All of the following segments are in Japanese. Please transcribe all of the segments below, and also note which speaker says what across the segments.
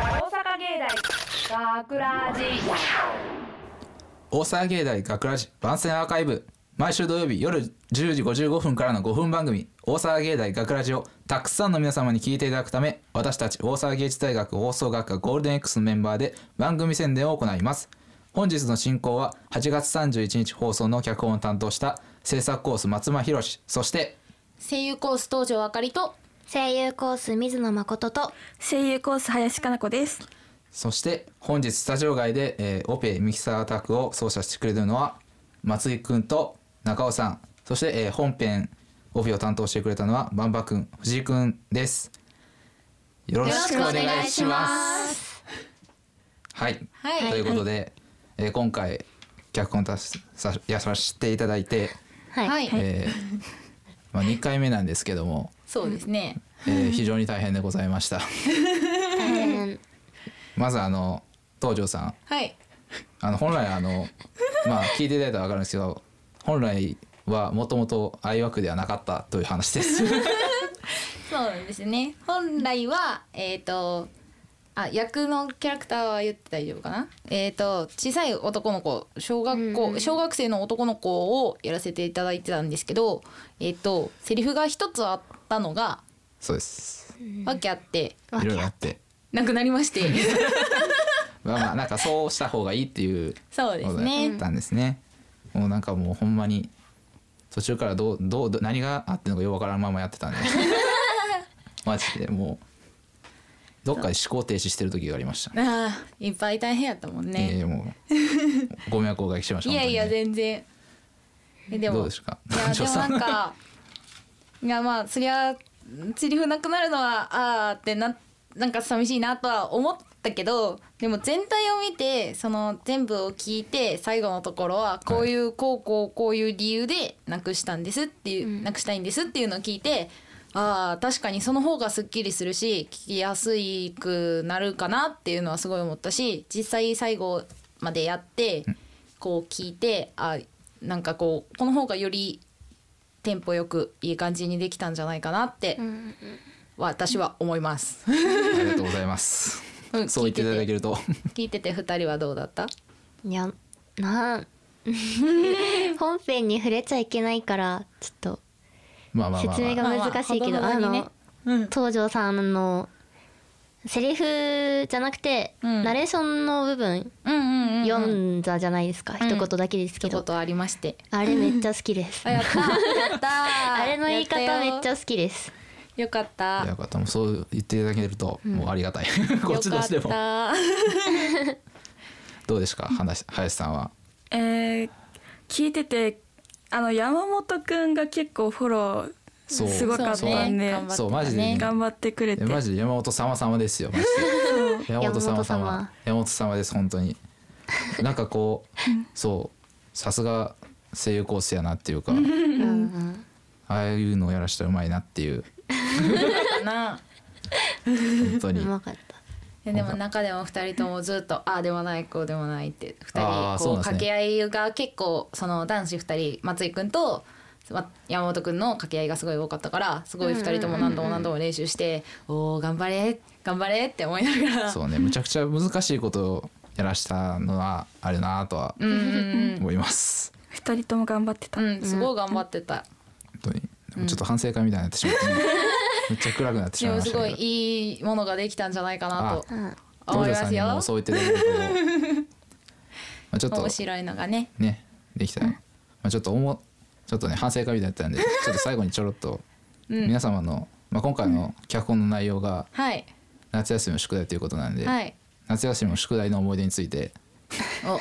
Speaker 1: 芸大学ラジ
Speaker 2: 大沢芸大学ラジ番宣アーカイブ毎週土曜日夜10時55分からの5分番組「大沢芸大学ラジをたくさんの皆様に聞いていただくため私たち大沢芸術大学放送学科ゴールデン X のメンバーで番組宣伝を行います本日の進行は8月31日放送の脚本を担当した制作コース松間博史そして
Speaker 3: 声優コース東条あかりと
Speaker 4: 声優コース水野誠と
Speaker 5: 声優コース林かな子です
Speaker 2: そして本日スタジオ外で、えーオペミキサータックを操作してくれるのは松井くんと中尾さんそして、えー本編オペを担当してくれたのはバンバくん藤井くんですよろしくお願いしますはい、
Speaker 3: はい
Speaker 2: ということで、えー今回脚本たしさやさせていただいて、
Speaker 4: はい、
Speaker 3: はい、
Speaker 2: えーまあ、2回目なんですけども、
Speaker 3: そうですね
Speaker 2: えー非常に大変でございました
Speaker 4: 大変
Speaker 2: まずあの東條さん
Speaker 3: はい
Speaker 2: あの本来あの まあ聞いていただいたら分かるんですけど本来はもともと愛枠ではなかったという話です
Speaker 3: そうなんですね本来はえっ、とあ役のキャラクターは言って大丈夫かなえっ、と小さい男の子小学校、小学生の男の子をやらせていただいてたんですけどえっ、とセリフが一つあったのが
Speaker 2: そうです
Speaker 3: わけあって
Speaker 2: いろいろあって
Speaker 3: なくなりまして
Speaker 2: まあまあなんかそうした方がいいっていう
Speaker 3: そうで
Speaker 2: こ
Speaker 3: す
Speaker 2: とだ
Speaker 3: ね、
Speaker 2: ったんですねもうなんかもうほんまに途中からどうどうど何があってんのかよくわからんままやってた んでマジでもうどっかで思考停止してる時がありましたね
Speaker 3: ああいっぱい大変やったもんね、
Speaker 2: いやいやも うご迷惑をおかけしました
Speaker 3: いやいや
Speaker 2: 本当にね
Speaker 3: 全然えで
Speaker 2: どう
Speaker 3: も
Speaker 2: ですか
Speaker 3: いやでも なんかいやまあそりゃセリフなくなるのはあーってななんか寂しいなとは思ったけどでも全体を見てその全部を聞いて最後のところはこういうこうこうこういう理由でなくしたんですっていう、なくしたいんですっていうのを聞いてあー確かにその方がすっきりするし聞きやすくなるかなっていうのはすごい思ったし実際最後までやってこう聞いてあなんかこうこの方がよりテンポよくいい感じにできたんじゃないかなって、私は思います。
Speaker 2: ありがとうございます。
Speaker 3: うん
Speaker 2: そう言っていただけると、
Speaker 3: 聞いてて二人はどうだった？
Speaker 4: いやなん 本編に触れちゃいけないからちょっと
Speaker 2: まあまあまあ、
Speaker 4: 説明
Speaker 2: ま
Speaker 4: が
Speaker 2: あ、
Speaker 4: 難しいけど、
Speaker 3: まあまあ
Speaker 4: あ
Speaker 3: ほどほどにね
Speaker 4: の、東條さんのセリフじゃなくて、
Speaker 3: うん
Speaker 4: ナレーションの部分
Speaker 3: うんうんうん、
Speaker 4: 読
Speaker 3: ん
Speaker 4: んだじゃないですか、
Speaker 3: うん
Speaker 4: 一言だけですけ
Speaker 3: 一
Speaker 4: ど、
Speaker 3: 言ありまして。
Speaker 4: あれめっちゃ好きです、
Speaker 3: あやった やったー。
Speaker 4: あれの言い方めっち
Speaker 3: ゃ
Speaker 4: ゃ好きです
Speaker 3: よかった。
Speaker 2: よかったもうそう言っていただけると、もうありがたい。 こっちとして
Speaker 3: よ
Speaker 2: も
Speaker 3: かっ
Speaker 2: どうですか、話林さんは。
Speaker 5: えー、聞いててあの山本くんが結構フォロー
Speaker 2: そう
Speaker 5: すごかった
Speaker 3: そ
Speaker 2: そう
Speaker 5: ね
Speaker 3: うね。頑張ったね
Speaker 2: そうマジでね
Speaker 5: 頑張ってくれて
Speaker 2: えマジで山本様様ですよ。マジで山本様
Speaker 4: 山
Speaker 2: 様
Speaker 4: 本様。
Speaker 2: 山本様です本当に。なんかこう、そうさすが声優コースやなっていうか、ああいうのをやらしたらうまいなっていう
Speaker 3: かな。
Speaker 2: 本当
Speaker 4: う
Speaker 2: に。
Speaker 4: まかった
Speaker 3: ででも中でも二人ともずっとああでもないこうでもないって二
Speaker 2: あー
Speaker 3: 人
Speaker 2: そう
Speaker 3: こ
Speaker 2: なん
Speaker 3: う
Speaker 2: ですね
Speaker 3: 掛け合いが結構その男子二人松井くんとま山本くんの掛け合いがすごい多かったからすごい二人とも何度も何度も練習しておお頑張れ頑張れって思いながら
Speaker 2: そうねむちゃくちゃ難しいことをやらしたのはあるなとは
Speaker 3: うんうん
Speaker 2: 思います。
Speaker 5: 二人とも頑張ってた、
Speaker 3: うんうんすごい頑張ってた
Speaker 2: 本当にでもちょっと反省会みたいになってしま って、めっちゃ暗くなってし
Speaker 3: で
Speaker 2: まい
Speaker 3: も
Speaker 2: まし
Speaker 3: す
Speaker 2: た
Speaker 3: ご
Speaker 2: け
Speaker 3: い
Speaker 2: ど
Speaker 3: いいものができたんじゃないかな
Speaker 4: う
Speaker 3: と
Speaker 4: ん
Speaker 2: どう
Speaker 3: 思い
Speaker 2: ぞ
Speaker 3: ま
Speaker 2: さん
Speaker 3: す
Speaker 2: にも
Speaker 3: よ
Speaker 2: そう言っていただけるとまあちょっと
Speaker 3: 面白いのがね
Speaker 2: ねできたら、まあちょっと思うちょっとね反省会みたいだったんでちょっと最後にちょろっと
Speaker 3: うん
Speaker 2: 皆様の、まあ、今回の脚本の内容が
Speaker 3: はい
Speaker 2: 夏休みの宿題ということなんで、
Speaker 3: はい
Speaker 2: 夏休みの宿題の思い出について
Speaker 3: お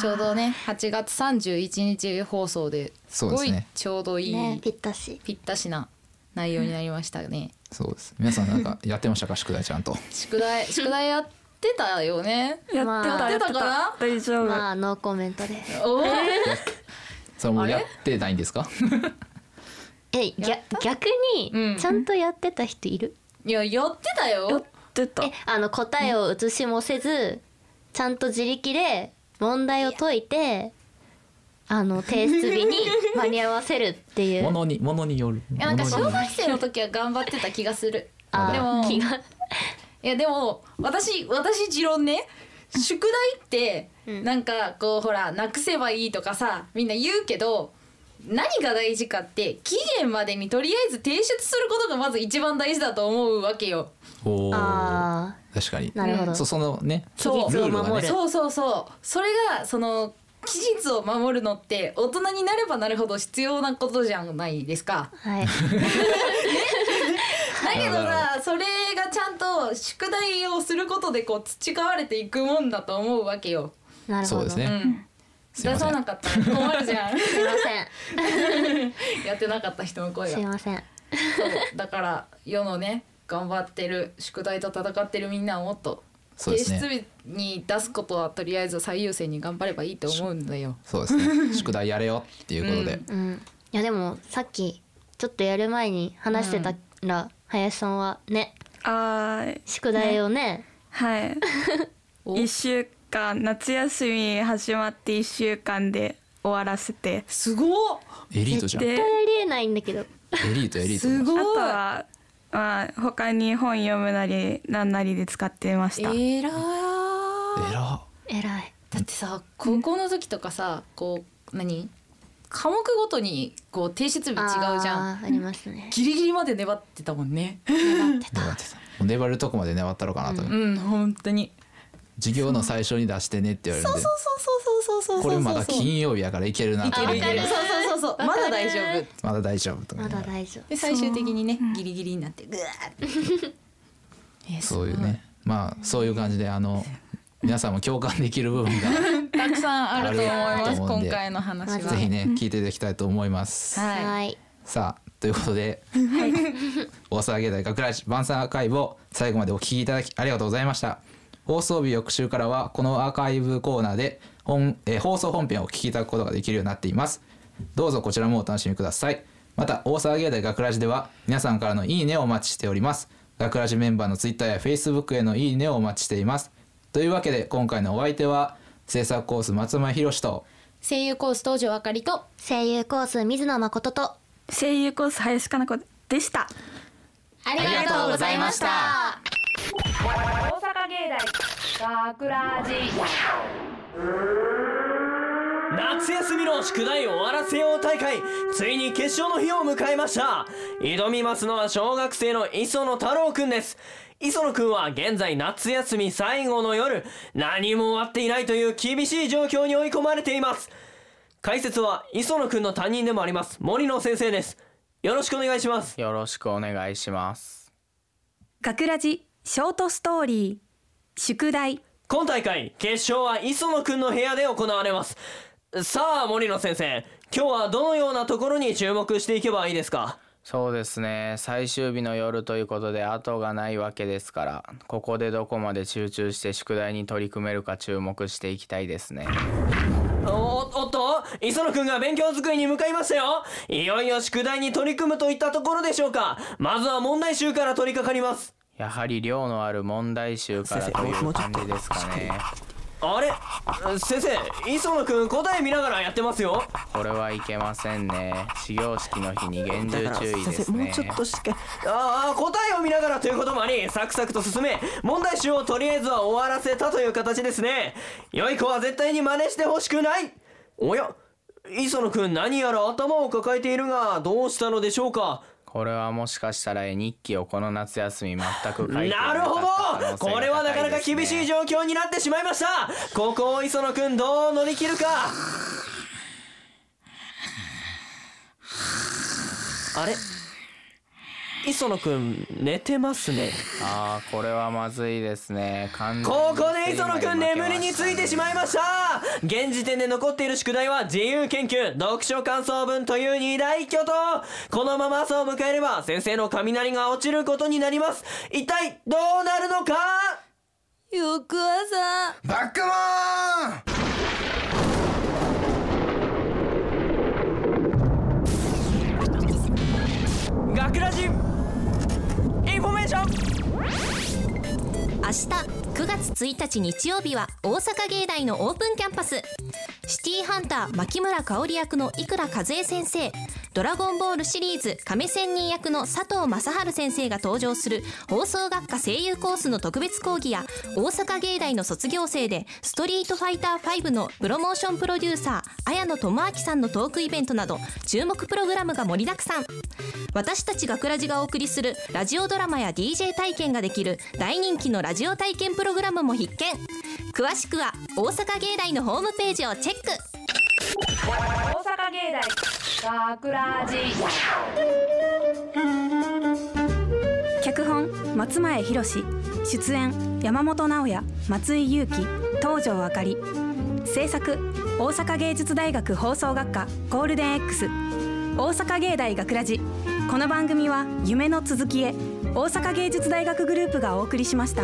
Speaker 3: ちょうどね8月31日放送です
Speaker 2: そうで
Speaker 3: ご
Speaker 2: す
Speaker 3: い
Speaker 2: ね
Speaker 3: ちょうどいい、
Speaker 4: ねぴったし
Speaker 3: ぴったしな内容になりましたね。
Speaker 2: そうです皆さんなんかやってましたか宿題ちゃ んと
Speaker 3: 宿題宿題やってたよね。
Speaker 5: やって
Speaker 4: ま
Speaker 5: た
Speaker 4: あ
Speaker 5: やって
Speaker 3: やってたか
Speaker 5: た大丈夫、
Speaker 4: まあノーコメントです
Speaker 3: おー
Speaker 2: それも
Speaker 3: あれ
Speaker 2: やってないんですか
Speaker 4: えぎゃ逆
Speaker 3: うん
Speaker 4: にちゃんとやってた人いる、
Speaker 3: いややってた
Speaker 5: やっ
Speaker 3: よ。
Speaker 5: てた
Speaker 4: えあの答えを写しもせずちゃんと自力で問題を解いてあの提出 日に間に合わせるってい
Speaker 2: も
Speaker 4: う
Speaker 2: のにものによる
Speaker 3: いやなんか
Speaker 2: ものによ
Speaker 3: 小学
Speaker 2: る
Speaker 3: 生の時は頑張ってた気がする。
Speaker 4: あ
Speaker 3: でも
Speaker 4: 気が
Speaker 3: いやでも私私持論ね宿題って
Speaker 4: うん
Speaker 3: なんかこうほらなくせばいいとかさみんな言うけど何が大事かって期限までにとりあえず提出することがまず一番大事だと思うわけよ。
Speaker 2: おー
Speaker 4: あ
Speaker 2: 確かに
Speaker 4: ーなるほど、
Speaker 2: そそのね
Speaker 3: そう
Speaker 2: ルールは
Speaker 4: 守
Speaker 2: ね
Speaker 4: る
Speaker 3: そうそうそうそれがその期日を守るのって大人になればなるほど必要なことじゃないですか。
Speaker 4: はい
Speaker 3: だけど
Speaker 2: なるほ
Speaker 3: さそれがちゃんと宿題をすることでこう培われていくもんだと思うわけよ。
Speaker 4: なるほど
Speaker 2: そうですね
Speaker 3: うん、
Speaker 2: すい
Speaker 3: 出
Speaker 2: ません
Speaker 3: さなかったら困るじゃん
Speaker 4: すいません
Speaker 3: やってなかった人の声が
Speaker 4: すいません
Speaker 3: そうだから世のね頑張ってる宿題と戦ってるみんなをもっと
Speaker 2: そう
Speaker 3: 提
Speaker 2: ですね
Speaker 3: 出日に出すことはとりあえず最優先に頑張ればいいと思うんだよ。
Speaker 2: そうです ね宿題やれよっていうことで、
Speaker 3: うん
Speaker 4: うんいやでもさっきちょっとやる前に話してたら、林さんはね
Speaker 5: あー
Speaker 4: 宿題をね
Speaker 5: はい
Speaker 3: お
Speaker 5: 1週間夏休み始まって1週間で終わらせて
Speaker 3: すごっ
Speaker 2: エリートじゃんエ
Speaker 5: で
Speaker 4: 絶対ありえないんだけど
Speaker 2: リートエリート
Speaker 3: す
Speaker 5: あ
Speaker 3: ごい
Speaker 5: とはまあ他に本読むなりなんなりで使ってました、
Speaker 3: えら
Speaker 2: えら
Speaker 4: 偉い
Speaker 3: だってさ高校の時とかさこう何科目ごとにこう提出日違うじゃん
Speaker 4: あーあります ね
Speaker 3: ギリギリまで粘ってたもんね
Speaker 4: 粘ってた
Speaker 2: 粘ってたもう粘るとこまで粘ったろかなと、
Speaker 3: うん本当に
Speaker 2: 授業の最初に出してねって言われるんで
Speaker 3: そうそうそうそうそうそうそう
Speaker 2: これまだ金曜日やからいけるなと
Speaker 3: い
Speaker 2: 思
Speaker 3: け
Speaker 2: っ
Speaker 3: るいけ
Speaker 2: て
Speaker 3: るそうそうそうそうまだ大丈夫
Speaker 2: まだ大丈夫とか
Speaker 4: ま
Speaker 2: ね
Speaker 4: だ大丈
Speaker 3: で最終的にねギリギリになってぐわーってえ
Speaker 2: そういうねまあそういう感じであの皆さんも共感できる部分
Speaker 3: すごいたくさんあると思い
Speaker 2: あ
Speaker 3: ま
Speaker 2: る
Speaker 3: す
Speaker 2: と思うんで
Speaker 3: 今回の話
Speaker 4: ま
Speaker 2: が
Speaker 4: ず
Speaker 2: ぜ
Speaker 3: は
Speaker 2: ひね聞いていただきたいと思います、
Speaker 4: 夫
Speaker 3: はい
Speaker 4: はい
Speaker 2: さあということで大阪芸大学ラジ晩餐アーカイブを最後までお聞きいただきありがとうございました放送日翌週からはこのアーカイブコーナーで本、えー放送本編をお聞きいただくことができるようになっていますどうぞこちらもお楽しみくださいまた大阪芸大学ラジでは皆さんからのいいねをお待ちしております学ラジメンバーのツイッターやフェイスブックへのいいねをお待ちしていますというわけで今回のお相手は制作コース松前宏と
Speaker 3: 声優コース東條あかりと
Speaker 4: 声優コース水野誠と
Speaker 5: 声優コース林かな子でした
Speaker 4: あ
Speaker 2: りがとうございました
Speaker 1: 大阪芸大学ラジ
Speaker 6: 夏休みの宿題終わらせよう大会ついに決勝の日を迎えました挑みますのは小学生の磯野太郎くんです磯野くんは現在夏休み最後の夜何も終わっていないという厳しい状況に追い込まれています解説は磯野くんの担任でもあります森野先生ですよろしくお願いします
Speaker 7: よろしくお願いします
Speaker 5: 学ラジショートストーリー宿題
Speaker 6: 今大会決勝は磯野くんの部屋で行われますさあ森野先生今日はどのようなところに注目していけばいいですか
Speaker 7: そうですね最終日の夜ということで後がないわけですからここでどこまで集中して宿題に取り組めるか注目していきたいですね
Speaker 6: おおっと磯野くんが勉強机に向かいましたよいよいよ宿題に取り組むといったところでしょうかまずは問題集から取り掛かります
Speaker 7: やはり量のある問題集から
Speaker 6: 先
Speaker 7: と
Speaker 6: 生
Speaker 7: い
Speaker 6: も
Speaker 7: う
Speaker 6: うちょっ
Speaker 7: 感
Speaker 6: と
Speaker 7: じですかね
Speaker 6: あれ先生磯野くん答え見ながらやってますよ
Speaker 7: これはいけませんね始業式の日に厳重注意ですね
Speaker 6: しかああ答えを見ながらということもありサクサクと進め問題集をとりあえずは終わらせたという形ですね良い子は絶対に真似してほしくないおや磯野くん何やら頭を抱えているがどうしたのでしょうか
Speaker 7: これはもしかしたら絵日記をこの夏休み全く書いてい
Speaker 6: なるほどこれはなかなか厳しい状況になってしまいましたここを磯野くんどう乗り切るかあれ磯野くん寝てますね
Speaker 7: ああこれはまずいですね完全に
Speaker 6: ここで磯野くん眠りについてしまいま
Speaker 7: し
Speaker 6: した現時点で残っている宿題は自由研究読書感想文という二大巨頭このまま朝を迎えれば先生の雷が落ちることになります一体どうなるのか
Speaker 3: 翌朝
Speaker 2: バックモン
Speaker 6: 学ラジインフォメーション
Speaker 8: 明日9月1日日曜日は大阪芸大のオープンキャンパスシティーハンター牧村香織役の井倉和恵先生ドラゴンボールシリーズ亀仙人役の佐藤正春先生が登場する放送学科声優コースの特別講義や大阪芸大の卒業生でストリートファイター5のプロモーションプロデューサー綾野智明さんのトークイベントなど注目プログラムが盛りだくさん私たち学ラジがお送りするラジオドラマや DJ 体験ができる大人気のラジオ体験プログラムも必見詳しくは大阪芸大のホームページをチェック
Speaker 1: 大阪芸大学ラジ
Speaker 5: 脚本松前博士出演山本直也松井裕樹東條あかり制作大阪芸術大学放送学科ゴールデン X 大阪芸大学ラジこの番組は夢の続きへ大阪芸術大学グループがお送りしました。